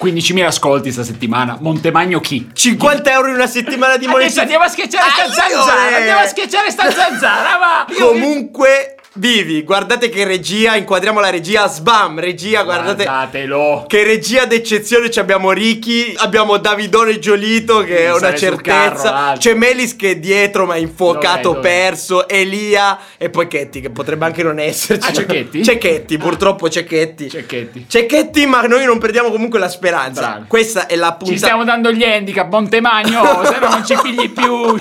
15.000 ascolti sta settimana. Montemagno chi? 50 euro in una settimana di Adesso monetizzazione. andiamo a schiacciare sta Aiore! zanzara. Andiamo a schiacciare sta zanzara, va. Comunque, vivi, guardate che regia, inquadriamo la regia, sbam, regia, guardate. Guardatelo. Che regia d'eccezione ci abbiamo Ricky, abbiamo Davidone Giolito che è Sì, una sale sul carro, certezza, l'altro. c'è Melis che è dietro ma è infuocato, Dov'è, dov'è? perso, Elia e poi Chetti che potrebbe anche non esserci. Ah, c'è Chetti? C'è Chetti, purtroppo c'è Chetti. Cecchetti. C'è Chetti ma noi non perdiamo comunque la speranza. Bravo. Questa è la Ci puntata. stiamo dando gli handicap, Montemagno, se no non ci pigli più.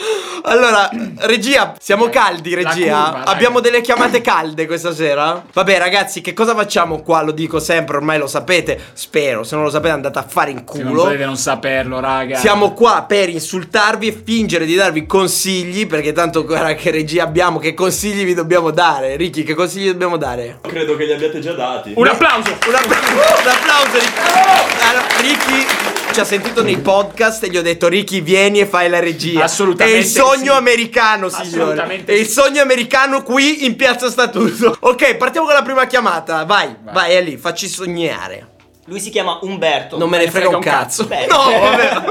Allora, regia, siamo Eh, caldi, la regia. curva, dai. Abbiamo delle chiamate calde questa sera. Vabbè, ragazzi, che cosa facciamo qua? Lo dico sempre, ormai lo sapete. Spero, se non lo sapete andate a fare in Se non culo. potete non saperlo, raga. Siamo qua per insultarvi e fingere di darvi consigli, perché tanto guarda che regia abbiamo, che consigli vi dobbiamo dare. Ricky, che consigli dobbiamo dare? Credo che li abbiate già dati. Un applauso. Un applauso, un applauso Ricky. Allora, Ricky ci ha sentito nei podcast e gli ho detto Ricky vieni e fai la regia. Assolutamente È il sogno sì. americano, signore. Assolutamente È il sì. sogno americano qui in Piazza Statuto. Ok, partiamo con la prima chiamata. Vai, vai, è lì, facci sognare. Lui si chiama Umberto. Non me ne frega un cazzo. No, vabbè.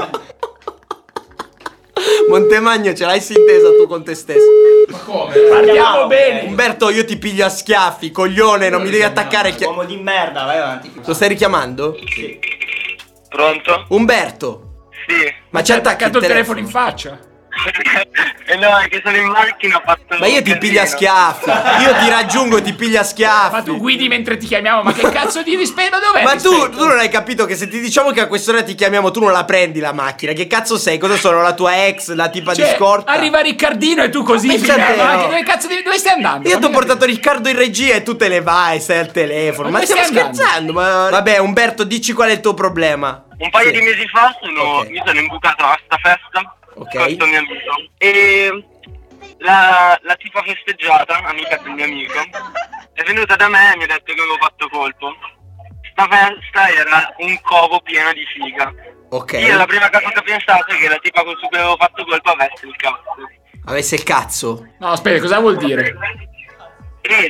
Montemagno, ce l'hai sintesa tu con te stesso. Partiamo Andiamo, bene. ok. Umberto, io ti piglio a schiaffi, coglione, non mi devi attaccare. chi- Uomo di merda, vai avanti. Lo stai richiamando? Pronto? Umberto, Sì. ma ci Ti ha attacca attaccato il telefono in faccia. e Eh, no, è che sono in macchina, ho fatto. Ma io ti un piglio a casino. schiaffi. Io ti raggiungo, ti piglio a schiaffi. Ma tu guidi mentre ti chiamiamo, ma che cazzo di rispetto dov'è? il Ma tu, rispetto? tu non hai capito che se ti diciamo che a quest'ora ti chiamiamo, tu non la prendi la macchina. Che cazzo sei? Cosa sono? La tua ex, la tipa Cioè, di scorta? arriva Riccardino e tu così Ma pensa fino a- te, ma no. che- dove cazzo di- dove stai andando? Io ti ho Fammi capire. portato Riccardo in regia e tu te ne vai, stai al telefono. Ma Ma, dove stiamo stai andando? scherzando, ma. Vabbè, Umberto, dici qual è il tuo problema. Un paio Sì. di mesi fa sono, Ok. mi sono imbucato a sta festa Ok. con questo mio amico. E la, la tipa festeggiata, amica del mio amico, è venuta da me e mi ha detto che avevo fatto colpo. Sta festa era un covo pieno di figa. Io la Ok. prima cosa che ho pensato è che la tipa con cui avevo fatto colpo avesse il cazzo. Avesse il cazzo. No, aspetta, cosa vuol dire? Eh,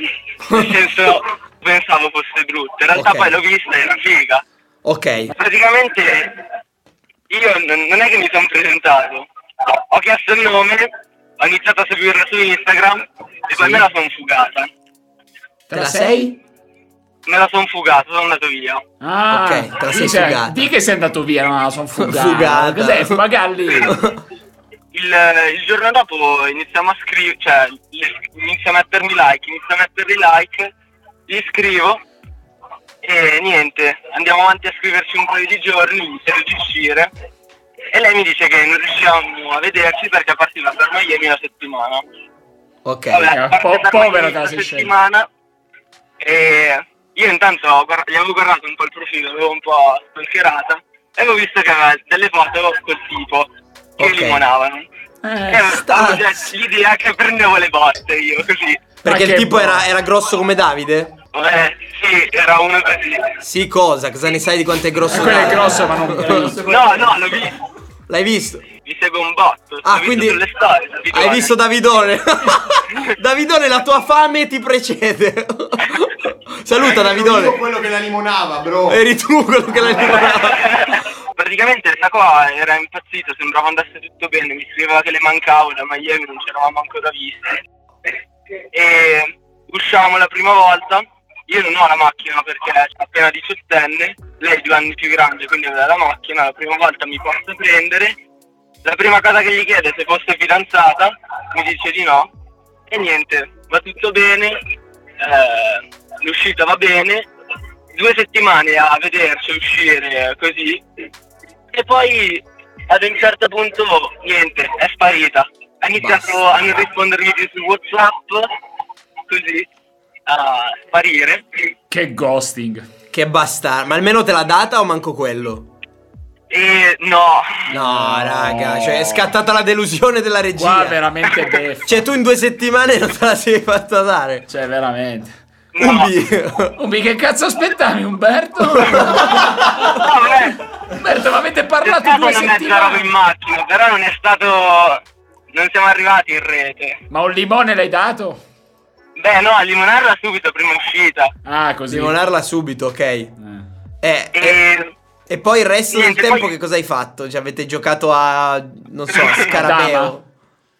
nel senso pensavo fosse brutto, in realtà Ok. poi l'ho vista e era figa. Ok. Praticamente io n- non è che mi sono presentato, ho chiesto il nome, ho iniziato a seguirla su Instagram e poi me la sono fugata. Te la sei? Me la sono fugata, sono andato via. Ah, Ok, te la sei sì, cioè, fugata. Di che sei andato via, no, sono fugato. Fugata. Cos'è, Eh, fumagalli? Il, il giorno dopo iniziamo a scrivere, cioè le- inizio a mettermi like, inizio a mettermi like, gli scrivo e niente, andiamo avanti a scriverci un paio di giorni, inizio ad uscire e lei mi dice che non riusciamo a vederci perché partiva per Miami una settimana. Ok. Vabbè, parte po- per povero Miami che la una sei scelta. settimana e io intanto ho guarda- gli avevo guardato un po' il profilo, l'avevo un po' stalkerata e avevo visto che aveva delle foto col tipo che Ok. limonavano. Eh, Eh, ho sta- avuto l'idea che prendevo le botte io così. Perché Ma il che tipo boh. era, era grosso come Davide? Eh, sì, era uno così. Sì, cosa? Cosa ne sai di quanto è grosso? Eh, quello è Davide? grosso, ma non... No, no, l'ho visto. L'hai visto? Mi segue un botto. Ah, l'ho quindi visto sulle storie. hai visto Davidone? Davidone, la tua fame ti precede. Saluta Davidone. quello che la limonava, bro. Eri tu quello che l'hai limonata. Praticamente sta qua era impazzito, sembrava andasse tutto bene, mi scriveva che le mancavo da Miami, non c'eravamo ancora visti. E usciamo la prima volta, Io non ho la macchina perché è appena diciottenne, lei è due anni più grande, quindi aveva la macchina, la prima volta mi posso prendere. La prima cosa che gli chiede è se fosse fidanzata, mi dice di no. E niente, va tutto bene, eh, l'uscita va bene, due settimane a vederci uscire eh, così. E poi ad un certo punto niente, è sparita. Ha iniziato a non rispondermi più su Whatsapp, così, a sparire. Che ghosting. Che bastardo. Ma almeno te l'ha data o manco quello? E no, No, raga, cioè è scattata la delusione della regia. Qua veramente beffa. Cioè tu in due settimane non te la sei fatta dare. Cioè, veramente. no. Quindi- Ubi, che cazzo aspettavi, Umberto? No, beh, Umberto, ma avete c'è parlato stata due Cioè, una mezza roba in settimane. macchina, però non è stato... Non siamo arrivati in rete. Ma un limone l'hai dato? Beh no, a limonarla subito, prima uscita. Ah, così. Limonarla subito, ok. Eh, Eh. eh, E... E poi il resto Niente, del tempo poi- che cosa hai fatto? Cioè avete giocato a, non so, a Dama. scarabeo?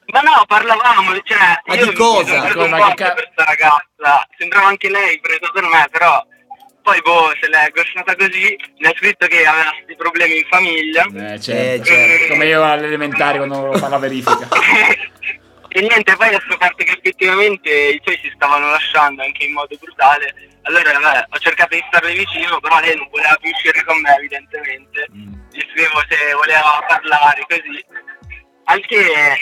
Ma no, parlavamo, cioè... Ma io di mi cosa? sono preso Come, un ma botto che ca- per sta ragazza. Sembrava anche lei presa per me, però... Poi boh, se l'è gostata così, mi ha scritto che aveva dei problemi in famiglia. Eh, Eh, certo. certo. Come io all'elementare quando volevo fare la verifica. e niente, poi ho scoperto che effettivamente i suoi si stavano lasciando anche in modo brutale. Allora vabbè, ho cercato di starle vicino, però lei non voleva più uscire con me evidentemente. Gli scrivo se voleva parlare, così. Anche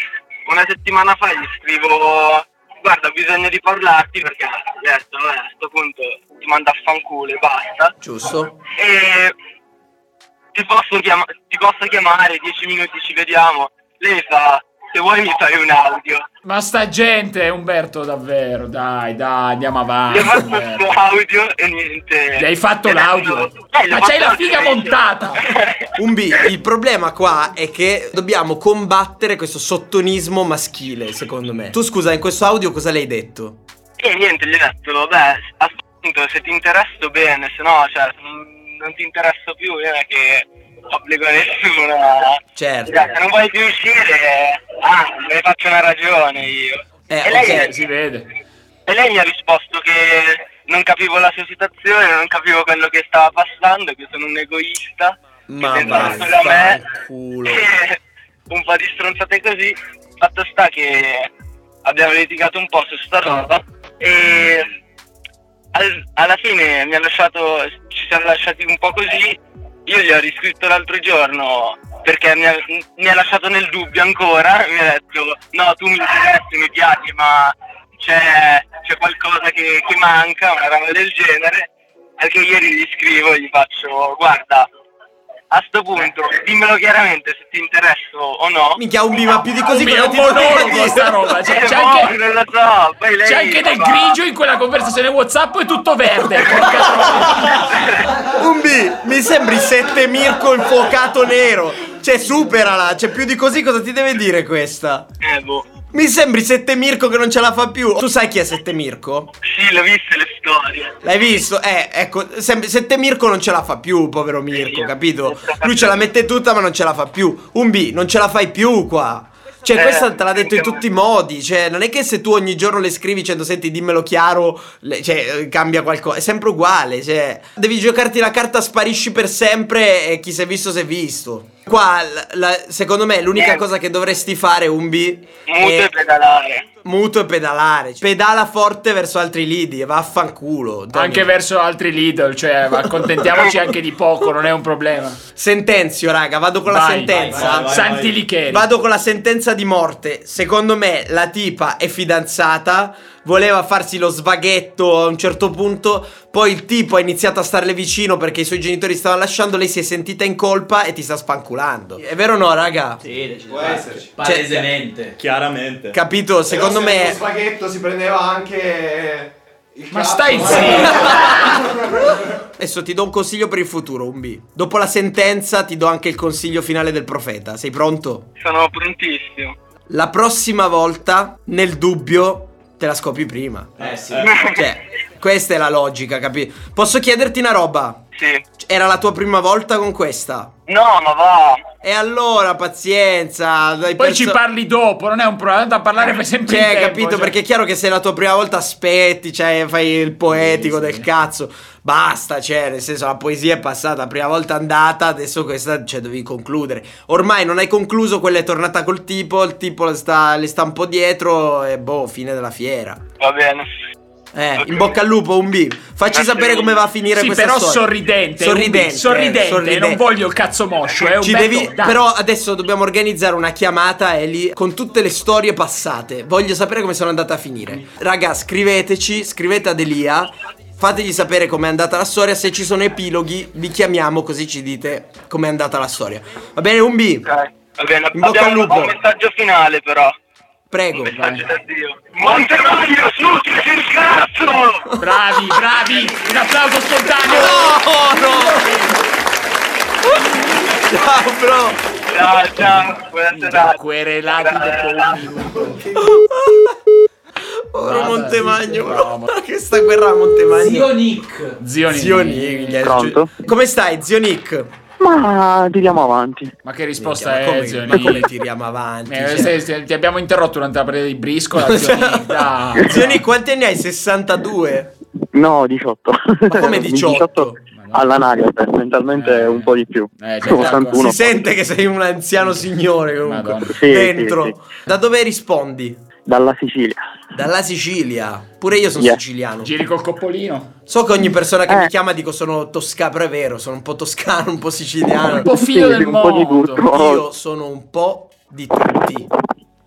una settimana fa gli scrivo, guarda ho bisogno di parlarti perché ho detto, vabbè, a sto punto ti mando a fanculo e basta. Giusto? E ti posso, chiama- ti posso chiamare, 10 minuti ci vediamo. Lei mi fa, se vuoi mi fai un audio. Ma sta gente, Umberto, davvero, dai, dai, andiamo Gli avanti. ho fatto Umberto. questo audio e niente. Ah, Gli hai fatto E l'audio? adesso- Eh, l'ho Ma c'hai fatto la anche figa video. montata! Un B, il problema qua è che dobbiamo combattere questo sottonismo maschile, secondo me. Tu scusa, in questo audio cosa l'hai detto? e niente, gli ho detto, beh, appunto, se ti interesso bene, se no, cioè, non, non ti interesso più, non è che obbligo nessuno. a- Eh, Certo. Cioè, se non vuoi più uscire, ah, me ne faccio una ragione io. Eh, e lei ok, si vede. E lei mi ha risposto che non capivo la sua situazione, non capivo quello che stava passando, che sono un egoista, Ma che pensava solo a me. vaffanculo. E un po' di stronzate così. Fatto sta che abbiamo litigato un po' su sta roba e al- alla fine mi ha lasciato, ci siamo lasciati un po' così. Io gli ho riscritto l'altro giorno perché mi ha, mi ha lasciato nel dubbio ancora, mi ha detto no tu mi interessi, mi piaci ma c'è, c'è qualcosa che, che manca, una roba del genere. Anche ieri gli scrivo e gli faccio guarda a sto punto dimmelo chiaramente se ti interesso o no. Minchia, un B, ma più di così Umbi, è cosa un ti devo monologo dire? sta roba. C'è, Eh, c'è boh, anche, non lo so, poi lei c'è anche del fa- grigio in quella conversazione WhatsApp è tutto verde. porca troia. Un B, mi sembri sette Mirko infuocato nero. Cioè, superala, cioè più di così cosa ti deve dire questa? Eh, boh. Mi sembri sette Mirko che non ce la fa più. Tu sai chi è sette Mirko? Sì, l'ho viste le storie. L'hai visto? Eh, ecco, sem- Sette Mirko non ce la fa più, povero Mirko, capito? Lui ce la mette tutta ma non ce la fa più. Un B, non ce la fai più qua. Cioè, questa te l'ha detto in tutti i modi. Cioè, non è che se tu ogni giorno le scrivi dicendo senti, dimmelo chiaro, le- cioè, eh, cambia qualcosa. È sempre uguale, cioè. Devi giocarti la carta sparisci per sempre e chi si è visto si è visto. Qua, la- la- secondo me, l'unica cosa che dovresti fare, un B, Muto è- e pedalare. muto e pedalare. Cioè, Pedala forte verso altri lidi e vaffanculo. Antonio. anche verso altri Lidl, cioè ma accontentiamoci anche di poco, non è un problema. Sentenzio, raga, vado con la Vai, sentenza. vai, vai, vai. Santi vai. Licheri. Vado con la sentenza di morte. Secondo me la tipa è fidanzata, voleva farsi lo svaghetto a un certo punto, poi il tipo ha iniziato a starle vicino perché i suoi genitori stavano lasciando, lei si è sentita in colpa e ti sta spanculando. È vero o no, raga? Sì, Cioè, Può decisamente. esserci. Palesemente. Chiaramente. Capito? Secondo Però se me Lo spaghetto si prendeva anche. Il Ma cazzo, stai eh. zitto. adesso ti do un consiglio per il futuro, Umbi. Dopo la sentenza ti do anche il consiglio finale del profeta. Sei pronto? Sono prontissimo. La prossima volta, nel dubbio, te la scopri prima. Eh sì. Cioè, questa è la logica, capito? Posso chiederti una roba? Sì. Era la tua prima volta con questa? No, ma va. E allora pazienza. dai, Poi perso- ci parli dopo, non è un problema, da parlare per sempre in Cioè, tempo, capito? cioè. Perché è chiaro che se è la tua prima volta aspetti, cioè, fai il poetico del cazzo. Basta, cioè, nel senso, la poesia è passata, la prima volta andata, adesso questa, cioè, devi concludere. Ormai non hai concluso, quella è tornata col tipo, il tipo le sta, le sta un po' dietro e boh, fine della fiera. Va bene. Eh, Ok. in bocca al lupo, un B. Facci Grazie sapere mille. come va a finire Sì, questa però storia. sorridente, Sorridente, sorridente, sorridente, eh, sorridente. non voglio il cazzo moscio, è un Ci bello, devi- dai. però adesso dobbiamo organizzare una chiamata Eli con tutte le storie passate. Voglio sapere come sono andata a finire. Raga, scriveteci, scrivete ad Elia. Fategli sapere com'è andata la storia. Se ci sono epiloghi, li chiamiamo così ci dite com'è andata la storia. Va bene, un B. Ok. Va bene. In bocca al Abbiamo lupo. Oh, un messaggio finale però. Un Prego. messaggio da Dio. Montemagno, snutrici il cazzo! Bravi, bravi, un applauso spontaneo. No, no. Ciao, bro. Ciao, ciao. Buona serata. Querelati dopo un minuto. Ora Vabbè, Montemagno. Ah, sì, bro. bravo. Che sta guerra a Montemagno. Nick. Zio Nini. Zio Nick. Pronto? Come stai, zio Nick? Ma tiriamo avanti. Ma che risposta Ma è, come, Zio ma come Nini? tiriamo avanti? Eh, Cioè, se- se- ti abbiamo interrotto durante la partita di briscola, Ah, Zio Nini, dai. Zio Nick, quanti anni hai? 62? No, 18. Ma come 18? All'anagrafe, mentalmente Eh. un po' di più. Eh, cioè, 81. Si sente che sei un anziano signore comunque. Madonna. Sì, Dentro. sì, Da dove rispondi? Dalla Sicilia. Dalla Sicilia. Pure io sono Yeah. siciliano. Giri col coppolino. So che ogni persona che Eh. mi chiama dico sono toscano, però è vero, sono un po' toscano, un po' siciliano. Un po' figlio Sì, del un po' di mondo. tutto. Io sono un po' di tutti.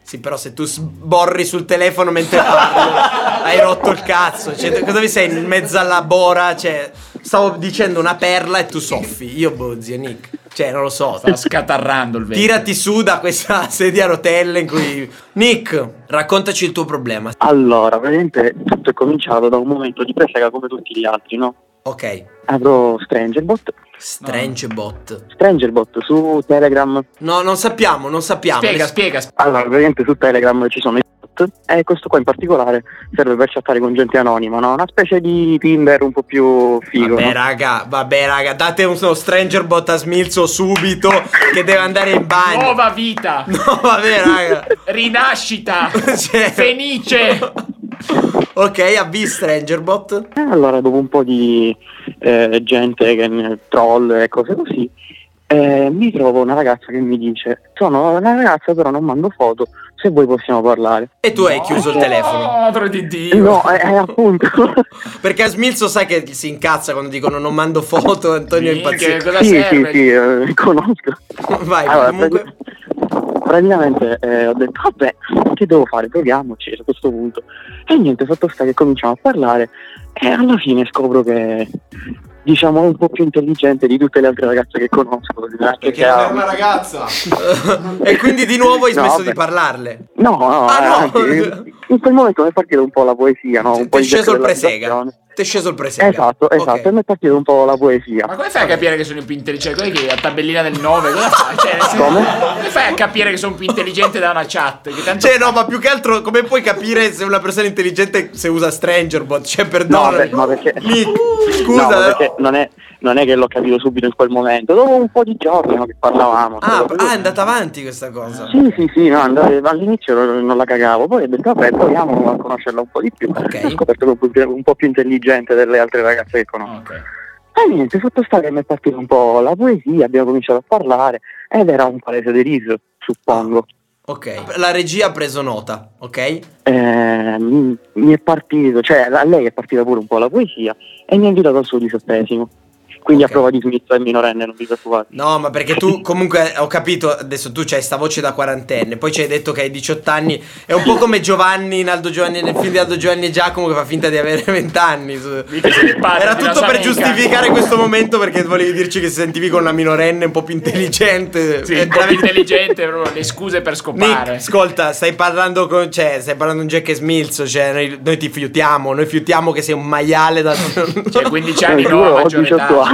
Sì, però se tu sborri sul telefono mentre parlo, hai rotto il cazzo. Cioè, cosa mi sei in mezzo alla bora? Cioè, stavo dicendo una perla e tu soffi. Io, boh, zio Nick. Cioè, non lo so. Sta scatarrando il vento. Tirati su da questa sedia a rotelle in cui... Nick, raccontaci il tuo problema. Allora, praticamente tutto è cominciato da un momento di presa come tutti gli altri, no? Ok, Avrò Strangerbot. strange bot. Strangerbot su Telegram. No, non sappiamo, non sappiamo. Spiega, spiega, spiega. Allora, praticamente su Telegram ci sono i bot e questo qua in particolare serve per chattare con gente anonima, no? Una specie di Tinder un po' più figo. Vabbè no? raga, vabbè raga, date uno stranger bot a Smilzo subito che deve andare in bagno. Nuova vita. No, vabbè raga. Rinascita. Cioè- Fenice. ok, avvi stranger bot. E allora dopo un po' di eh, gente che ne- troll e cose così, eh, mi trovo una ragazza che mi dice sono una ragazza però non mando foto, se vuoi possiamo parlare. E tu hai chiuso il telefono. Madre di Dio. No, è, Eh, appunto. Perché a Smilzo sai che si incazza quando dicono non mando foto, Antonio è Minchia, impazzito. cosa sì, sì, serve? sì, eh, conosco. Vai, Allora, Eh, comunque. prati- praticamente eh, ho detto, vabbè, che devo fare? Proviamoci a questo punto. E niente, fatto sta che cominciamo a parlare e alla fine scopro che diciamo è un po' più intelligente di tutte le altre ragazze che conosco. Eh, anche Perché se non ha- è una ragazza. e quindi di nuovo hai No, smesso vabbè. di parlarle. No, no, Ah, no! anzi, in quel momento mi è partita un po' la poesia, no? Un Ti po' è il sceso gioco il della presega. situazione. Ti è sceso il presega. Esatto, esatto, Ok. e mi è partita un po' la poesia. Ma come fai a capire che sono più intelligente? Cioè, quelli che la tabellina del 9, cosa fai? Cioè, nel senso- Come? come fai a capire che sono più intelligente da una chat? Che tanto Cioè, no, ma più che altro, come puoi capire se una persona intelligente se usa Stranger Bot? Cioè, No, perdonami. beh, ma perché- Nick, No, scusa. eh. perché non è, non è che l'ho capito subito in quel momento, dopo un po' di giorni no, che parlavamo. Ah, Quello- ah, è andata avanti questa cosa. Sì, sì, sì, no, andavo- all'inizio non non la cagavo, poi ho detto vabbè proviamo a conoscerla un po' di più. Ok. Ho scoperto che è un po' più- un po' più intelligente delle altre ragazze che Cioè, conosco. Ok. E niente, sotto sta che mi è partita un po' la poesia, abbiamo cominciato a parlare ed era un palese deriso, suppongo. Ok, la regia ha preso nota, ok? Eh, mi mi è partito, cioè a lei è partita pure un po' la poesia e mi ha invitato al suo diciottesimo. Quindi Ok. a prova di smizzo è minorenne, non vi preoccupate. No, ma perché tu comunque ho capito, adesso tu c'hai sta voce da quarantenne, poi ci hai detto che hai 18 anni, è un po' come Giovanni in Aldo Giovanni nel film di Aldo Giovanni e Giacomo che fa finta di avere 20 anni. Mica se ne parla, Era di una tutto per sarenga. giustificare questo momento perché volevi dirci che sentivi con una minorenne un po' più intelligente. Sì, Eh, un po' più veramente- intelligente, proprio le scuse per Nick, scopare. Cioè, ascolta, stai parlando con. Cioè, stai parlando con Jack e Smilzo. Cioè, noi, noi ti fiutiamo, noi fiutiamo che sei un maiale da. Cioè, 15 anni Eh, no, giuro, a ho maggior 18 età. anni.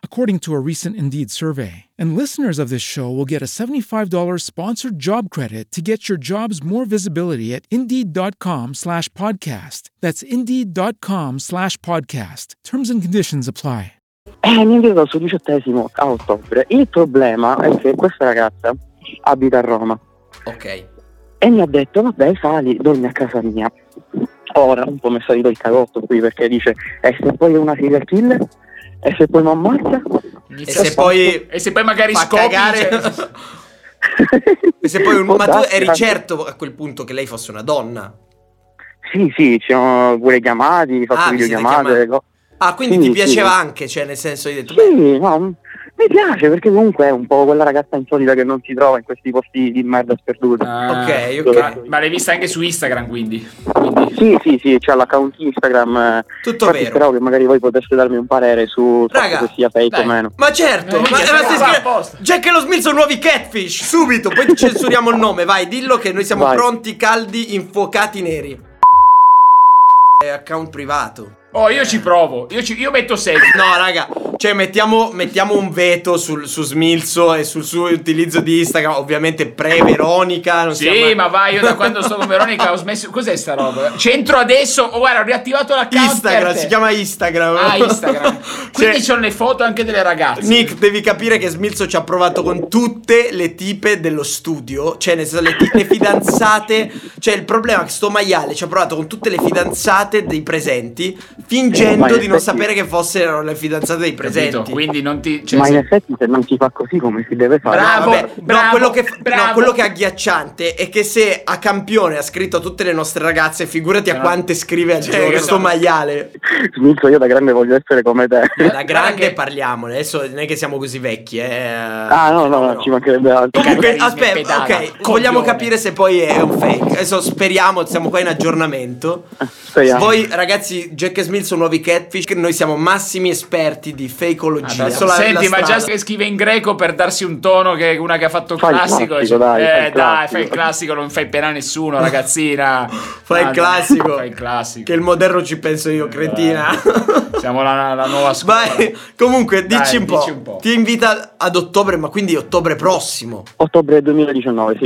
according to a recent Indeed survey. And listeners of this show will get a $75 sponsored job credit to get your jobs more visibility at Indeed.com slash podcast. That's Indeed.com slash podcast. Terms and conditions apply. Eh, mi arrivò sul diciottesimo a ottobre. Il problema è che questa ragazza abita a Roma Ok. e mi ha detto, vabbè, sali, dormi a casa mia. Ora, un po' mi è salito il cagotto qui perché dice, e se poi è una serial killer? E se poi mi ammazza? E se poi E se poi magari fa scopi... cagare- cioè- E se poi un- Può ma tu darsi eri anche- certo a quel punto che lei fosse una donna. Sì, sì, ci siamo pure chiamati, fatto Ah, vi siete videochiamate. chiamati. co- Ah, quindi Sì, ti sì. piaceva anche, cioè nel senso hai detto, beh, Sì, no, m- mi piace perché comunque è un po' quella ragazza insolita che non si trova in questi posti di merda sperduta. Ah, ok, Ma, ok. ma l'hai vista anche su Instagram, quindi. Quindi- Sì, sì, sì, c'ha l'account Instagram. eh, Ah, Tutto infatti vero. Speravo che magari voi poteste darmi un parere su Raga, se sia fake dai. o meno. Ma certo, Eh, ma, minchia, ma siamo stai qua scher- apposta. Jack e lo Smith sono nuovi catfish, subito, poi ti censuriamo il nome, vai, dillo che noi siamo Vai. pronti, caldi, infuocati, neri. Eh, Account privato. Oh, io ci provo. Io, ci- io metto segno. No, raga, cioè mettiamo, mettiamo un veto sul, su Smilzo e sul suo utilizzo di Instagram, ovviamente pre-Veronica. non siamo- Sì, ma vai, io da quando sono con Veronica ho smesso. Cos'è sta roba? C'entro adesso. Oh, guarda, ho riattivato l'account. per Instagram, te. si chiama Instagram. Ah, Instagram. Quindi Cioè, ci sono le foto anche delle ragazze. Nick, devi capire che Smilzo ci ha provato con tutte le tipe dello studio, cioè nel senso, le, ti- le fidanzate, cioè il problema è che sto maiale ci ha provato con tutte le fidanzate dei presenti, Ma fingendo in di non effetti- sapere che fossero le fidanzate dei Capito? presenti. Quindi non ti. cioè, Ma in se- effetti se non si fa così come si deve fare? Bravo, Vabbè, no, bravo, quello che, bravo. no, quello che è agghiacciante è che se a campione ha scritto a tutte le nostre ragazze, figurati a No. quante scrive a Cioè, giorno che sto no. maiale. Smilzo, io da grande voglio essere come te. Da Guarda grande che- parliamone, adesso non è che siamo così vecchi, eh. Ah no, no, ci mancherebbe altro. Comunque, Carisma, aspetta, pedala, ok, coglione. vogliamo capire se poi è un fake. Adesso speriamo, siamo qua in aggiornamento. Speriamo. Voi ragazzi, Jack e Smith sono nuovi catfish, noi siamo massimi esperti di fakeologia. Adesso Solo la- senti, la ma già strada. che scrive in greco per darsi un tono che una che ha fatto il Fai il classico. classico, dai, eh, fai il dai, classico. fai il classico, non fai penare nessuno, ragazzina. Fai il Ah, classico. Fai il classico. Che il moderno ci penso io, cretina. Eh, Siamo la, la nuova scuola. Vai, comunque, Dai, dici, un, po'. dici un po'. Ti invita ad ottobre, ma quindi ottobre prossimo. Ottobre 2019, sì.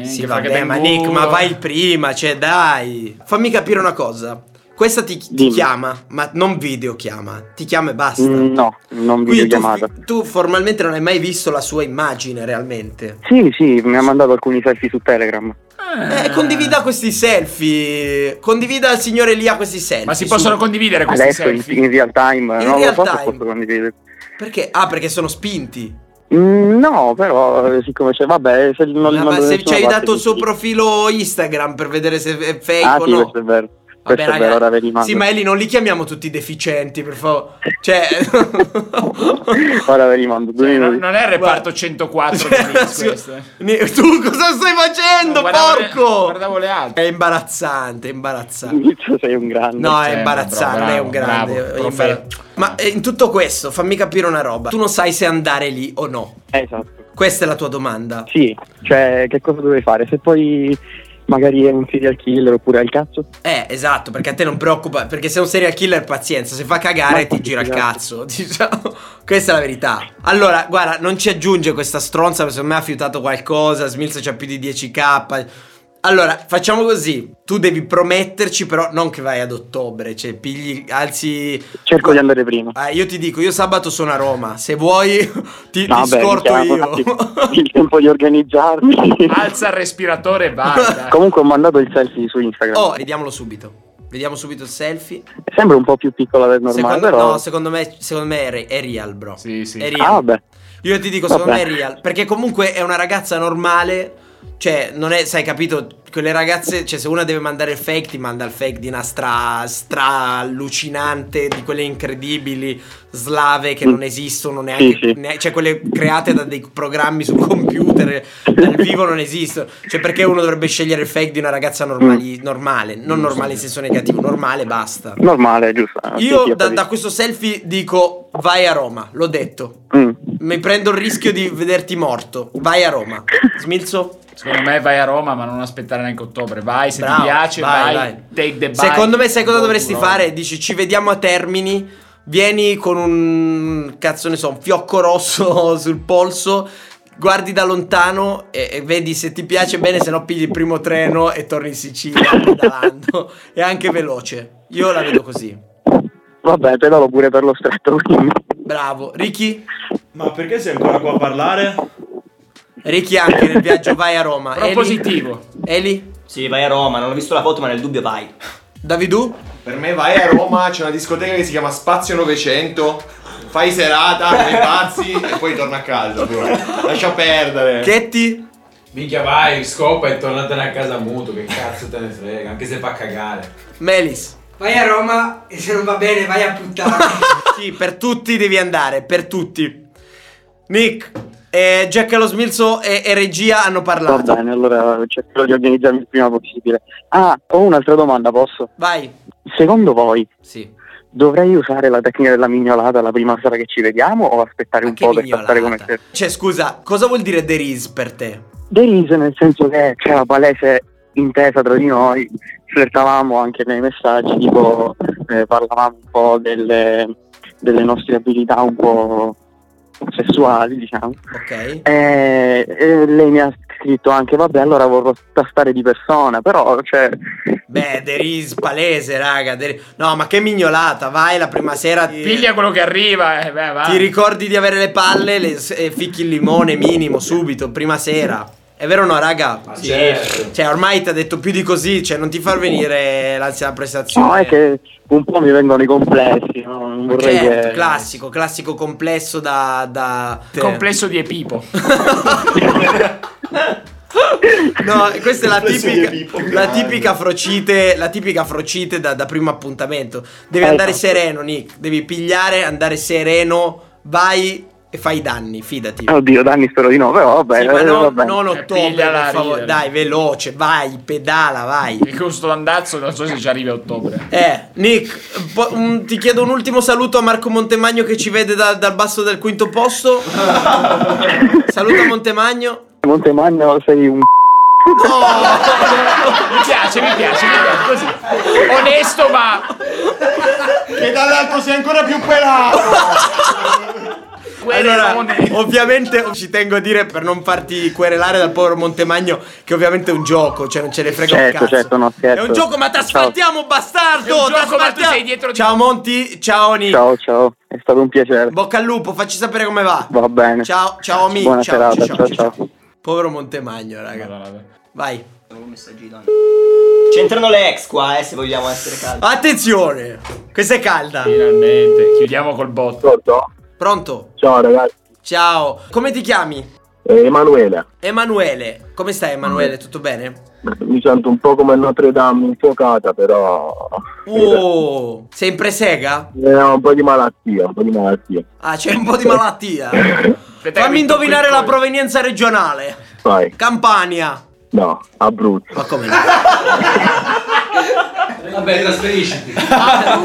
Eh, Sì, che fa che vabbè, tengo ma Nick, ma culo. vai il prima, cioè dai. Fammi capire una cosa. Questa ti, ti Dimmi. chiama, ma non video chiama, ti chiama e basta. Mm, no, non Quindi videochiamata. Tu, tu formalmente non hai mai visto la sua immagine realmente. Sì, sì, mi ha mandato alcuni selfie su Telegram. Eh, Ah. condivida questi selfie. Condivida al signore Elia questi selfie. Ma si possono su- condividere questi Adesso in, selfie? in real time, Cioè, In non real lo so se time. posso condividere. Perché? Ah, perché sono spinti. Mm, No, però eh, siccome c'è, vabbè, se non, Ah, non ma da se nessuna ci hai parte, dato il suo quindi- profilo Instagram per vedere se è fake Ah, o sì, no. questo è vero. questo è vero, ora ve li mando. Sì, ma Eli non li chiamiamo tutti deficienti, per favore. Cioè, Ora ve li mando. due Cioè, non, minuti. non è il reparto Guarda. 104 di Cioè, Vince scu- questo, eh. ne- tu cosa stai facendo, Guardavo le- porco? guardavo le altre. È imbarazzante, è imbarazzante. Inizio sei un grande. No, Cioè, è imbarazzante, bravo, è un grande. bravo, è profe- imbara- Ah. Ma eh, in tutto questo, fammi capire una roba. Tu non sai se andare lì o no. Esatto. Questa è la tua domanda. Sì, cioè, che cosa dovevi fare? Se poi magari è un serial killer oppure al cazzo? Eh, esatto, perché a te non preoccupa, perché se è un serial killer pazienza, se fa cagare Ma- ti gira il cazzo, diciamo. Questa è la verità. Allora, guarda, non ci aggiunge questa stronza, perché secondo me ha fiutato qualcosa, Smilzo c'ha più di 10k. Allora, facciamo così, tu devi prometterci però non che vai ad ottobre, cioè pigli, alzi... Cerco di andare prima. Ah, io ti dico, io sabato sono a Roma, se vuoi ti, ti No, vabbè, scorto mi io. chiamo, Il tempo di organizzarmi. Alza il respiratore e basta. Comunque ho mandato il selfie su Instagram. oh, vediamolo subito. Vediamo subito il selfie. Sembra un po' più piccola del normale, Secondo, però... no, secondo me, secondo me è, re- è real, bro. Sì, sì. È real. ah, vabbè. Io ti dico, secondo Vabbè. me è real. Perché comunque è una ragazza normale. Cioè, non è, sai, capito? Quelle ragazze, cioè, se una deve mandare il fake, ti manda il fake di una stra, stra allucinante, di quelle incredibili slave che Mm. non esistono neanche, sì. ne- cioè quelle create da dei programmi sul computer, dal vivo non esistono. Cioè, perché uno dovrebbe scegliere il fake di una ragazza normali- Mm. normale, non normale in senso negativo, normale, basta. Normale, giusto. Sì, sì, Io ho da, capito. da questo selfie dico vai a Roma, l'ho detto. Mm. Mi prendo il rischio di vederti morto. Vai a Roma. Smilzo? Secondo me vai a Roma, ma non aspettare neanche ottobre. Vai, se ti piace, vai, Take the bike. Boh, Secondo me sai cosa Go to dovresti Roma. fare? Dici ci vediamo a Termini. Vieni con un cazzo ne so, un fiocco rosso sul polso. Guardi da lontano e, e vedi se ti piace bene, se no pigli il primo treno e torni in Sicilia pedalando. È anche veloce. Io la vedo così. Vabbè, pedalo pure per lo stretto, quindi... Bravo. Ricky? Ma perché sei ancora qua a parlare? Ricky anche nel viaggio vai a Roma. Eli? Propositivo. Eli? Sì, vai a Roma, non ho visto la foto, ma nel dubbio vai. Davidu? Per me vai a Roma, c'è una discoteca che si chiama Spazio 900. Fai serata, come pazzi e poi torna a casa. pure. Lascia perdere. Chetti? Minchia vai, scopa e tornatene a casa muto, che cazzo te ne frega, anche se fa cagare. Melis? Vai a Roma e se non va bene vai a puttana. Sì, per tutti devi andare, per tutti. Nick, eh, Jack allo Smilzo e, e regia hanno Va parlato. bene, allora cercherò di organizzarmi il prima possibile. Ah, ho un'altra domanda, posso? Vai. Secondo voi Sì. dovrei usare la tecnica della mignolata la prima sera che ci vediamo o aspettare Ma un che po' per mignolata. trattare come se... Cioè, scusa, cosa vuol dire there is per te? Derise nel senso che c'era palese intesa tra di noi, flirtavamo anche nei messaggi, tipo eh, parlavamo un po' delle, delle nostre abilità un po' sessuali, diciamo. Ok. Eh, eh, lei mi ha scritto anche, vabbè, allora vorrò tastare di persona, però, cioè, Beh, there is palese, raga. there- No, ma che mignolata. Vai la prima sera. Ti... Piglia quello che arriva. Eh, beh, vai. Ti ricordi di avere le palle le- e ficchi il limone minimo subito, prima sera. È vero o no, raga? Ma certo. Cioè, ormai ti ha detto più di così, cioè non ti far venire l'ansia da prestazione. no, è che un po' mi vengono i complessi, no? Non Ma vorrei certo, che... classico, classico complesso da... da... Complesso di Epipo. No, questa è la Complesso di tipica, Edipo, la grande. tipica frocite, la tipica frocite da, da primo appuntamento. Devi Eh, andare esatto. sereno, Nick. Devi pigliare, andare sereno, vai e fai i danni, fidati. Oddio, danni spero di no, però vabbè. Sì, ma Ah, eh, non, vabbè. non ottobre, Piglia la per favore. ridere. Dai, veloce, vai, pedala, vai. Il costo andazzo non so se ci arriva a ottobre. Eh, Nick, po- un- ti chiedo un ultimo saluto a Marco Montemagno che ci vede da- dal basso del quinto posto. Saluta Montemagno. Montemagno sei un... Mi piace, mi piace, mi piace. Così. Onesto, ma Che dall'alto sei ancora più pelato. Allora, querelone. ovviamente ci tengo a dire per non farti querelare dal povero Montemagno che ovviamente è un gioco, cioè non ce ne frega Certo, un cazzo. certo, no, scherzo. È un gioco, ma ti asfaltiamo, bastardo! È un gioco, ma tu t'asfaltiamo! sei dietro di- Ciao Monti, ciao Nick. Ciao, ciao, è stato un piacere. Bocca al lupo, facci sapere come va. Va bene. Ciao, ciao amici. Buona ciao, serata, ciao, ciao, ciao, ciao. Povero Montemagno, raga. Vai. Avevo un messaggino anche. C'entrano le ex qua, eh, se vogliamo essere caldi. Attenzione! Questa è calda. Finalmente, chiudiamo col botto. Pronto? Pronto? Ciao ragazzi, Ciao. Come ti chiami? Eh, Emanuele. Emanuele. Come stai Emanuele? Tutto bene? Mi sento un po' come Notre Dame infuocata, però Oh, sei in presega? Eh, ho un po' di malattia, un po' di malattia. Ah, c'è un po' di malattia. Aspetta, Fammi che mi tocco indovinare il la collo. provenienza regionale. Vai. Campania. No, Abruzzo. Ma come? Vabbè, trasferisciti.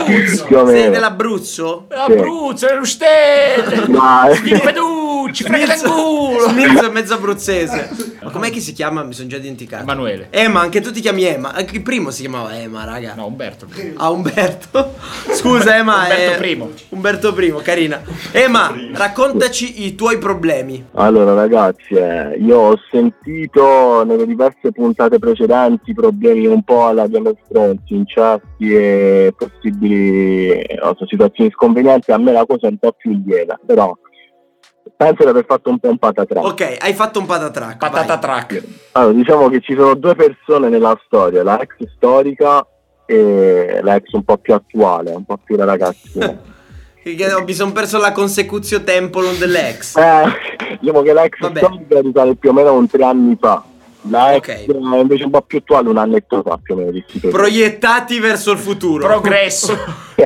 Più o Sei meno. dell'Abruzzo? Abruzzo, le rustelle. Dai. I peducci, culo. Smilzo è mezzo abruzzese. Ma com'è che si chiama? Mi sono già dimenticato. Emanuele. Ema, anche tu ti chiami Ema. Anche il primo si chiamava Ema, raga. No, Umberto. A Umberto. Scusa, Ema. Umberto eh, primo. Umberto primo, carina. Ema, raccontaci i tuoi problemi. Allora ragazzi, eh, io ho sentito nelle diverse puntate precedenti problemi un po' alla Game of Thrones, incesti e possibili eh, non so, situazioni sconvenienti, a me la cosa è un po' più lieve, però penso di aver fatto un po' un patatrack. Ok, hai fatto un patatrack. Patata vai. track. Allora, diciamo che ci sono due persone nella storia, la ex storica e la ex un po' più attuale, un po' più la ragazzina. Mi sono perso la consecutio temporum dell'ex. Eh, diciamo che l'ex Vabbè. storica risale più o meno a un tre anni fa. La ex Ok. eh, invece un po' più attuale un annetto fa più o meno. di stipendio. Proiettati verso il futuro. Progresso.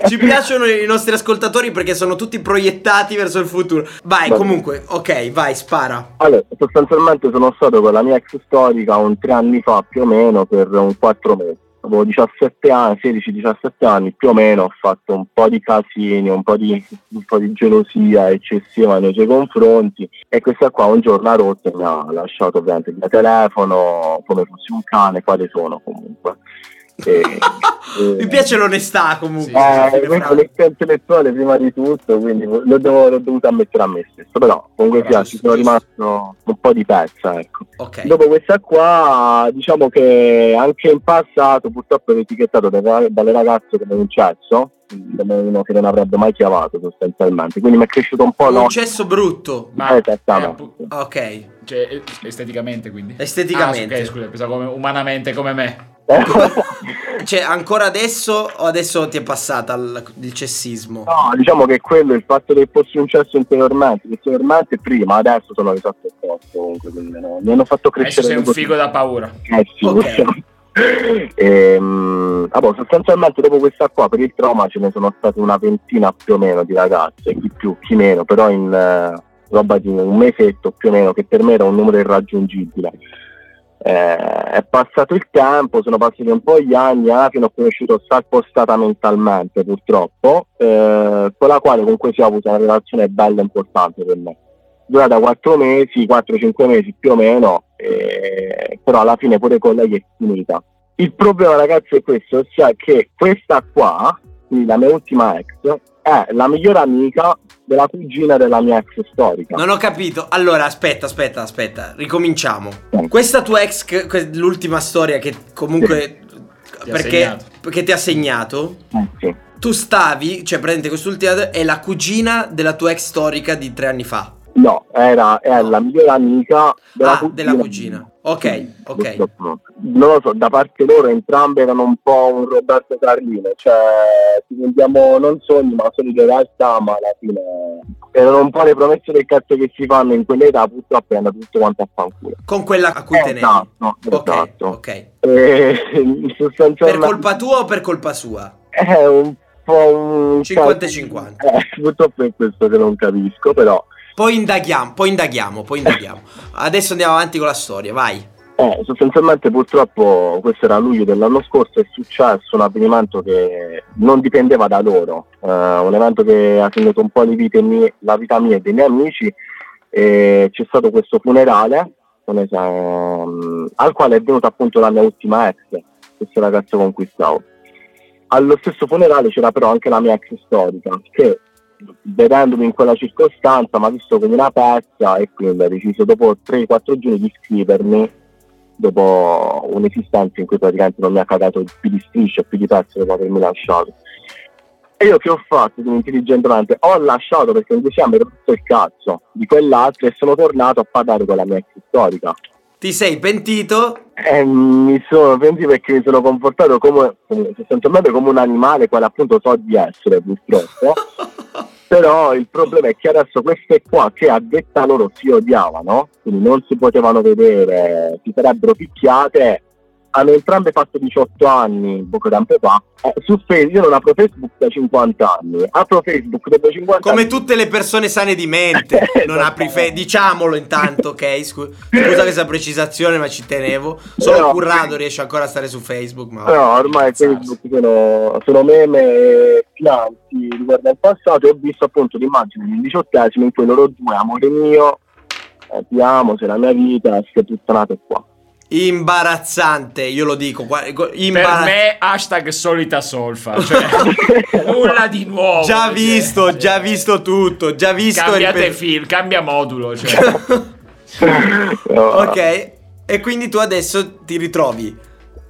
Ci piacciono i nostri ascoltatori perché sono tutti proiettati verso il futuro. Vai, Vabbè. comunque, ok, vai, spara. Allora, sostanzialmente sono stato con la mia ex storica un tre anni fa più o meno per un quattro mesi. Avevo 17 anni, 16-17 anni più o meno, ho fatto un po' di casini, un po' di, un po' di gelosia eccessiva nei suoi confronti e questa qua un giorno ha rotto e mi ha lasciato ovviamente il mio telefono come fossi un cane, quale sono comunque. E- e- Mi piace l'onestà comunque. alla fine, eh, questa Fra. è l'onestà intellettuale prima di tutto, quindi lo devo, l'ho dovuto ammettere a me stesso, però comunque sia, ci sono rimasto un po' di pezza, ecco. Ok. Dopo questa qua, diciamo che anche in passato purtroppo ero etichettato dalle, dalle ragazze come un cesso, come uno che non avrebbe mai chiamato sostanzialmente, quindi mi è cresciuto un po' Un l'occhio. cesso brutto. Ma Esattamente. eh, Ok. cioè, eh, esteticamente quindi. Eh Esteticamente. Ah, ok, scusa, pensavo come umanamente come me. Eh? Cioè, ancora adesso o adesso ti è passata il, il cessismo? No, diciamo che quello, il fatto che fossi un cesso interiormente, interiormente prima, adesso sono l'esatto opposto comunque, quindi no, mi hanno Adesso fatto crescere... sei un proprio- figo da paura. Eh sì, Ok. possiamo. Ehm, ah, boh, sostanzialmente dopo questa qua per il trauma ce ne sono state una ventina più o meno di ragazze, chi più chi meno, però in eh, roba di un mesetto più o meno che per me era un numero irraggiungibile. Eh, è passato il tempo, sono passati un po' gli anni, alla fine ho conosciuto salpostata mentalmente purtroppo, eh, con la quale comunque si è avuto una relazione bella e importante per me durata 4 mesi, 4-5 mesi più o meno, eh, però alla fine pure con lei è finita. Il problema ragazzi è questo, ossia che questa qua, quindi la mia ultima ex, è la migliore amica della cugina della mia ex storica. Non ho capito. Allora, aspetta, aspetta, aspetta. Ricominciamo. Sì. Questa tua ex, che- que- l'ultima storia che comunque. Ti ha perché, segnato. perché ti ha segnato. Eh, sì. Tu stavi, cioè, praticamente quest'ultima è la cugina della tua ex storica di tre anni fa. No, era, è la migliore amica della ah, cugina. della cugina. Ok, Sì, ok. purtroppo. Non lo so, da parte loro entrambe erano un po' un Roberto Carlino, cioè ci vendiamo non sogni ma solide realtà, ma alla fine erano un po' le promesse del cazzo che si fanno in quell'età, purtroppo è andato tutto quanto a fanculo. Con quella a cui tenevi. Esatto, Ok, esatto. ok. E, Per sostanzialmente colpa tua o per colpa sua? è Eh, un po' un... 50 e 50. Eh, purtroppo è questo che non capisco, però Poi indaghiamo, poi indaghiamo, poi indaghiamo. Adesso andiamo avanti con la storia, vai. Eh, sostanzialmente purtroppo questo era luglio dell'anno scorso, è successo un avvenimento che non dipendeva da loro, eh, un evento che ha segnato un po' le vite mie- la vita mia e dei miei amici, e c'è stato questo funerale un es- ehm, al quale è venuta appunto la mia ultima ex, questo ragazzo con cui stavo. Allo stesso funerale c'era però anche la mia ex storica, che vedendomi in quella circostanza mi ha visto come una pezza e quindi ha deciso dopo 3-4 giorni di iscrivermi dopo un'esistenza in cui praticamente non mi ha cagato più di striscia, più di pezzo dopo avermi lasciato. E io che ho fatto come intelligentemente? Ho lasciato perché in dicembre ho rotto il cazzo di quell'altro e sono tornato a parlare con la mia ex storica. Ti sei pentito? E mi sono pentito perché mi sono comportato come, come- sostanzialmente come un animale, quale appunto so di essere purtroppo. Però il problema è che adesso queste qua che a detta loro si odiavano, quindi non si potevano vedere, si sarebbero picchiate, hanno entrambe fatto 18 anni, poco tempo fa. Eh, su Facebook, io non apro Facebook da 50 anni, apro Facebook dopo 50 Come anni. tutte le persone sane di mente, Esatto. non apri fe- diciamolo intanto, ok? Scu- scusa questa precisazione, ma ci tenevo. Solo No. Currado riesce ancora a stare su Facebook, ma No, ormai Facebook sono, sono meme e pianti riguardo al passato e ho visto appunto l'immagine del diciottesimo in cui loro due, amore mio, eh, ti amo, sei la mia vita, siete puttanate qua. imbarazzante, io lo dico, guarda, go- Per imbarazz- me hashtag solita solfa, cioè nulla di nuovo. Già cioè, visto, cioè, già visto tutto, già visto e Cambiate ripeto- film, cambia modulo, cioè. Ok, e quindi tu adesso ti ritrovi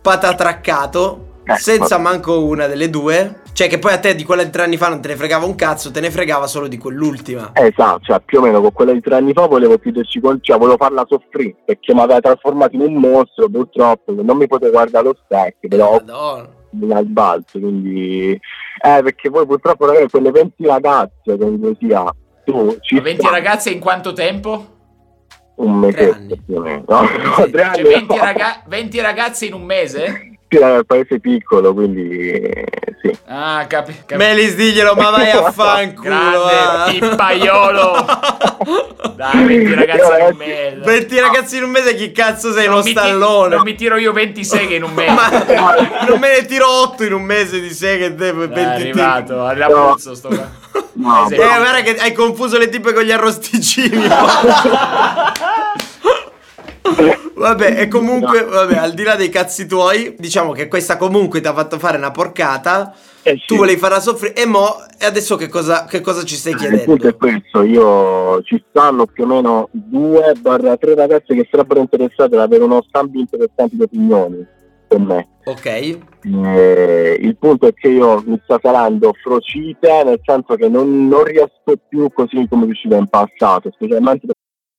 patatraccato, Eh, senza vabbè. manco una delle due. Cioè, che poi a te di quella di tre anni fa non te ne fregava un cazzo, te ne fregava solo di quell'ultima. Eh, Esatto, cioè più o meno con quella di tre anni fa volevo chiuderci con, cioè volevo farla soffrire perché mi aveva trasformato in un mostro purtroppo, non mi potevo guardare allo specchio, però Madonna. al balzo, quindi... Eh, perché poi purtroppo ragazzi, quelle 20 ragazze, quando si ah, ha, tu ci 20 sta ragazze in quanto tempo? un mesetto più o meno. No, tre Cioè, anni 20, raga- 20 ragazze in un mese? Sì, era un paese piccolo, quindi eh, sì. Ah, capi. capi- Melis diglielo, ma vai a fanculo. eh. Grande, va. pippaiolo! Dai, 20 ragazze in un mese. 20 ragazzi in un mese, chi cazzo sei? Uno Non mi ti- stallone. non mi tiro io 20 seghe in un mese. Ma- non me ne tiro 8 in un mese di sé che devo Dai, Eh, è 20 tipi. arrivato, all'Abruzzo sto qua. Esatto. No, Mese. Eh, guarda che hai confuso le tipe con gli arrosticini. Vabbè, e comunque, vabbè, al di là dei cazzi tuoi, diciamo che questa comunque ti ha fatto fare una porcata. Tu volevi farla soffrire e mo, e adesso che cosa, che cosa ci stai Il punto chiedendo? è questo, io ci stanno più o meno due barra tre ragazze che sarebbero interessate ad avere uno scambio interessante di opinioni con me. Ok, Eh, il punto è che io mi sto calando frocita, nel senso che non, non riesco più così come riuscivo in passato, specialmente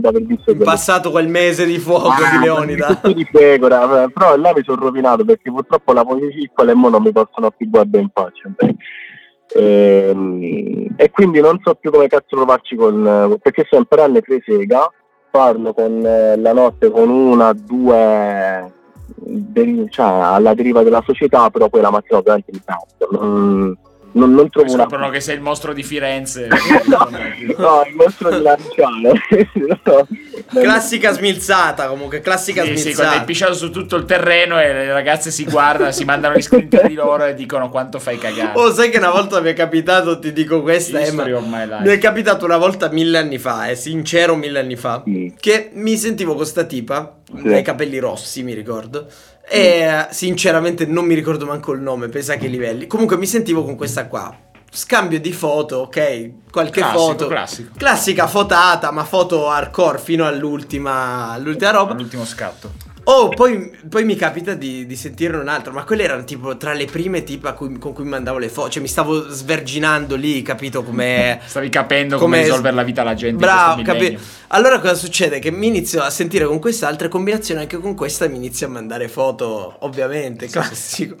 da aver visto in passato quel mese di fuoco Ah, di Leonida. di pecora, eh, però là mi sono rovinato perché purtroppo la polisiccola e mo non mi possono più guardare in faccia. beh. Ehm, e quindi non so più come cazzo provarci con. perché sto imparando Cresega, parlo con eh, la notte con una, due deri- cioè, alla deriva della società, però poi la mattina ovviamente mi tanto. Non, non- non Poi trovo una. scoprono che sei il mostro di Firenze. No, il mostro di lanciare. Classica smilzata, comunque, classica Sì, sì, quando hai smilzata. pisciato su tutto il terreno e le ragazze si guardano, si mandano gli screen tra di loro e dicono quanto fai cagare. Oh, sai che una volta mi è capitato, ti dico questa, eh, ma History of my life. mi è capitato una volta mille anni fa, è sincero mille anni fa, Sì. che mi sentivo con sta tipa, Sì. dai capelli rossi mi ricordo, e eh, sinceramente non mi ricordo manco il nome, pensa che livelli, comunque mi sentivo con questa qua, scambio di foto, ok, qualche Classico, foto, classico. classica fotata, ma foto hardcore fino all'ultima, all'ultima roba, L'ultimo scatto. Oh, poi, poi mi capita di, di sentirne un altro, ma quelle erano tipo tra le prime tipo a cui- con cui mandavo le foto, cioè mi stavo sverginando lì, capito come... Stavi capendo come, risolvere la vita alla gente. in Bravo, questo capito. millennio. Allora cosa succede? Che mi inizio a sentire con quest'altra e combinazione anche con questa mi inizio a mandare foto, ovviamente, classico.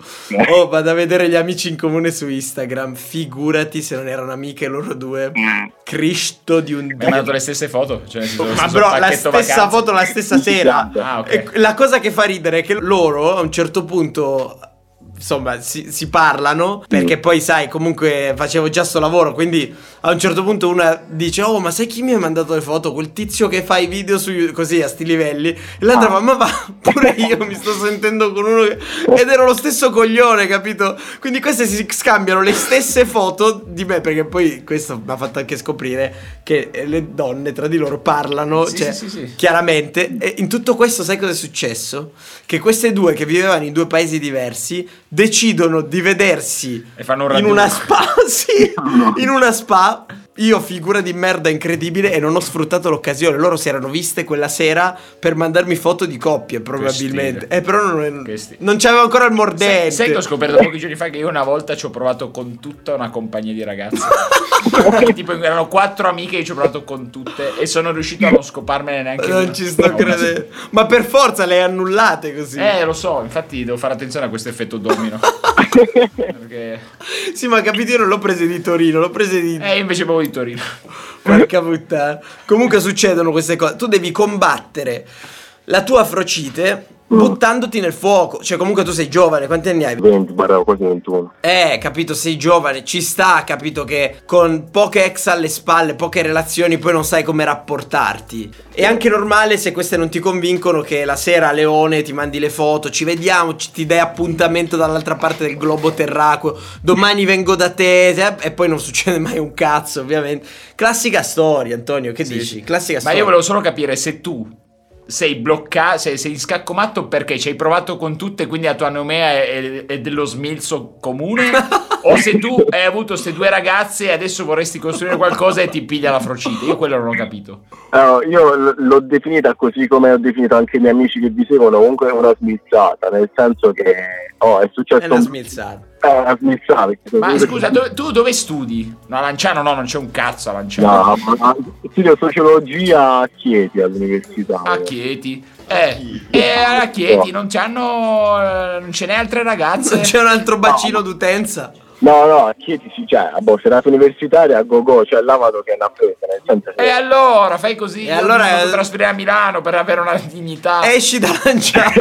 Oh, vado a vedere gli amici in comune su Instagram, figurati se non erano amiche loro due. Cristo di un Mi hanno dato dio. le stesse foto. Cioè, nel senso, lo Ma stesso bro, la pacchetto stessa vacanze. foto la stessa sera. Ah, ok. E la cosa che fa ridere è che loro a un certo punto. Insomma, si, si parlano perché poi, sai, comunque facevo già sto lavoro. Quindi a un certo punto una dice: Oh, ma sai chi mi ha mandato le foto? Quel tizio che fa i video su, You- così a sti livelli. E l'altra fa: Ma va, pure io mi sto sentendo con uno. che-" Ed ero lo stesso coglione, capito? Quindi queste si scambiano le stesse foto di me. Perché poi questo mi ha fatto anche scoprire che eh, le donne tra di loro parlano. Sì, cioè, sì, sì, sì. Chiaramente, e in tutto questo sai cosa è successo? Che queste due che vivevano in due paesi diversi decidono di vedersi E fanno un in una raduno. spa, sì, in una spa. Io figura di merda incredibile e non ho sfruttato l'occasione. Loro si erano viste quella sera per mandarmi foto di coppie, probabilmente. stile. Eh, però non, Che stile. non c'avevo ancora il Sai, mordente. sai che ho scoperto pochi giorni fa che io una volta ci ho provato con tutta una compagnia di ragazze. tipo erano quattro amiche e ci ho provato con tutte e sono riuscito a non scoparmene neanche una. non ci sto No, credendo. Ma per forza le hai annullate così. ma- Eh, lo so, infatti devo fare attenzione a questo effetto domino. Perché... Sì, ma capito, io non l'ho prese di Torino, l'ho prese di Eh, invece proprio di Torino. Porca puttana. Comunque succedono queste cose. Tu devi combattere la tua frocite buttandoti nel fuoco. Cioè, comunque tu sei giovane, quanti anni hai? 20, barra quasi 21. Eh, capito, sei giovane, ci sta, capito che con poche ex alle spalle, poche relazioni, poi non sai come rapportarti. È anche normale se queste non ti convincono che la sera a Leone ti mandi le foto, ci vediamo, ci- ti dai appuntamento dall'altra parte del globo terracqueo, domani vengo da te eh, e poi non succede mai un cazzo, ovviamente. Classica storia, Antonio, che dici? Classica Ma storia. io volevo solo capire se tu sei bloccato, sei, sei in scacco matto perché ci hai provato con tutte, quindi la tua nomea è, è- è dello smilzo comune, o se tu hai avuto queste due ragazze e adesso vorresti costruire qualcosa e ti piglia la frocita. Io quello non ho capito. Allora, io l- l'ho definita così come ho definito anche i miei amici che vi seguono, comunque una smilzata, nel senso che oh, è successo È una un- smilzata. è una smilzata, perché sono Ma venuto- scusa, dove- tu dove studi? No, a Lanciano no, non c'è un cazzo a Lanciano. No, ma studio sociologia a Chieti all'università. A Chieti. Eh, e a Chieti non c'hanno. eh, Non ce n'è altre ragazze. Non c'è un altro bacino d'utenza. No, no, a Chieti sì, cioè, a boh, serata universitaria a Gogo, cioè là vado che è una presa, nel senso E che... allora fai così. E allora- allora mi posso trasferire a Milano per avere una dignità. Esci da Eh, Lanciano.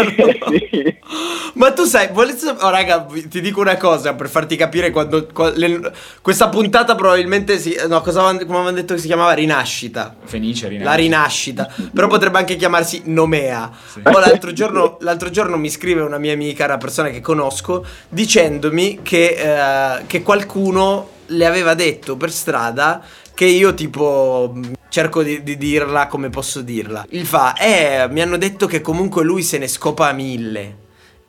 Ma tu sai, volete sap- oh, raga, vi- ti dico una cosa per farti capire quando. qua- le- questa puntata probabilmente si. No, cosa avevano- come avevano detto che si chiamava? Rinascita. Fenice, Rinaldo. La rinascita, però potrebbe anche chiamarsi Nomea. Poi l'altro giorno, l'altro giorno mi scrive una mia amica, una persona che conosco, dicendomi che, eh, che qualcuno le aveva detto per strada che io tipo mh, cerco di, di dirla come posso dirla. Il fa, eh, mi hanno detto che comunque lui se ne scopa a mille.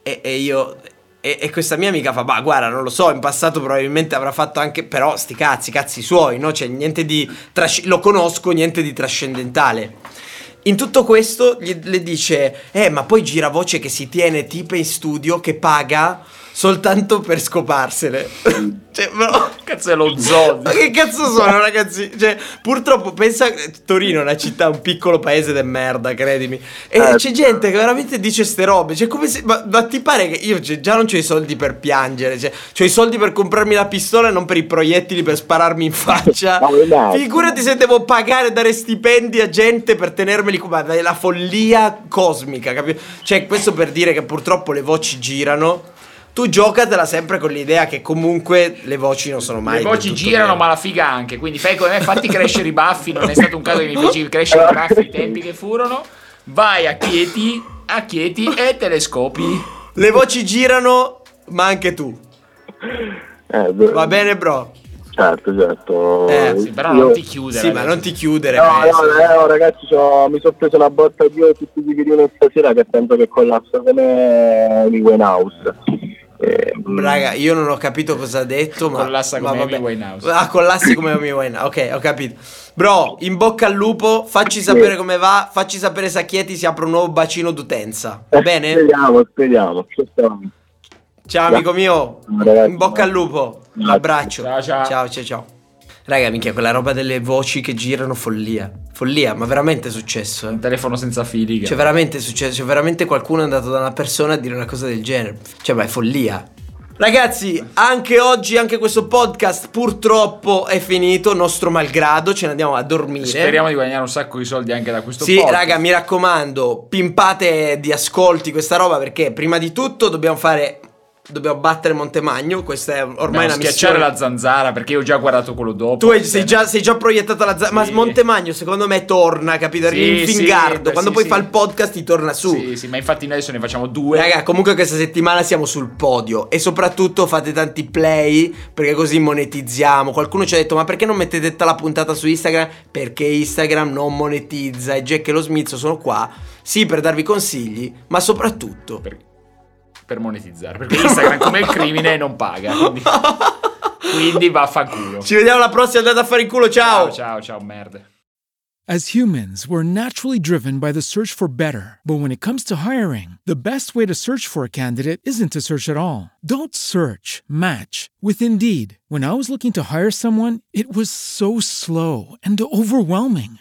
E, e io. E, e questa mia amica fa, bah, guarda, non lo so, in passato probabilmente avrà fatto anche, però sti cazzi, cazzi suoi, no? Cioè, niente di, trasc- lo conosco, niente di trascendentale. In tutto questo gli- le dice, eh, ma poi gira voce che si tiene tipe in studio che paga soltanto per scoparsene. cioè, però... Cazzo è lo zoo. Ma che cazzo sono, ragazzi? Cioè, purtroppo pensa Torino è una città, un piccolo paese de merda, credimi. E Eh. c'è gente che veramente dice ste robe. Cioè, come se. Ma, ma ti pare che io cioè, già non ho i soldi per piangere. Cioè, ho i soldi per comprarmi la pistola e non per i proiettili per spararmi in faccia. Ma relax. Figurati se devo pagare e dare stipendi a gente per tenermeli qua. Ma è la follia cosmica, capito? Cioè, questo per dire che purtroppo le voci girano. Tu giocatela sempre con l'idea che comunque le voci non sono mai Le del voci tutto girano, vere. ma la figa anche. Quindi fai come me, fatti crescere i baffi. Non è stato un caso che mi feci crescere i baffi i tempi che furono. Vai a Chieti, a Chieti e telescopi. Le voci girano, ma anche tu. Eh, beh, Va bene, bro. Certo, certo. Eh, sì, Però Io- non ti chiudere. Sì, ma non ti chiudere. No, eh, no, eh, oh, ragazzi, c'ho- mi sono preso una botta di ore tutti di virino stasera che sento che collassa come Amy Winehouse. Eh, sì. Raga, io non ho capito cosa ha detto, ma Collassa ma come vabbè. Amy Winehouse. Ah, collassi come Amy Winehouse. Ok, ho capito. Bro, in bocca al lupo, facci sapere come va, facci sapere se a Chieti si apre un nuovo bacino d'utenza. Va eh, bene? Ah, Speriamo, speriamo. Ci stiamo. Ciao amico mio, Ragazzi, in bocca al lupo, un Grazie. abbraccio. Ciao, ciao. ciao, ciao. ciao. Raga, minchia, quella roba delle voci che girano, follia. Follia, ma veramente è successo, eh. Un telefono senza fili. Cioè, veramente è successo. Cioè, veramente qualcuno è andato da una persona a dire una cosa del genere. Cioè, ma è follia. Ragazzi, anche oggi, anche questo podcast purtroppo è finito. Nostro malgrado, ce ne andiamo a dormire. Speriamo di guadagnare un sacco di soldi anche da questo Sì, podcast. raga, mi raccomando, pimpate di ascolti questa roba perché prima di tutto dobbiamo fare. Dobbiamo battere Montemagno. Questa è ormai Dobbiamo una schiacciare missione. la zanzara perché io ho già guardato quello dopo. Tu hai- sei già, sei già proiettato alla zanzara. Sì. Ma Montemagno, secondo me, torna, capito? Sì, Arriva in sì, fingardo. beh, Quando sì, poi sì. fa il podcast, ti torna su. Sì, sì, ma infatti noi adesso ne facciamo due. Raga, comunque questa settimana siamo sul podio e soprattutto fate tanti play perché così monetizziamo. Qualcuno ci ha detto "Ma perché non mettete tutta la puntata su Instagram?" Perché Instagram non monetizza e Jack e lo Smizzo sono qua sì per darvi consigli, ma soprattutto per, per monetizzare. Perché Instagram, come il crimine, non paga. Quindi, quindi vaffanculo. Ci vediamo alla prossima, andate a fare in culo, ciao. ciao, ciao, ciao, merda. As humans, we're naturally driven by the search for better. But when it comes to hiring, the best way to search for a candidate isn't to search at all. Don't search, match with Indeed. When I was looking to hire someone, it was so slow and overwhelming.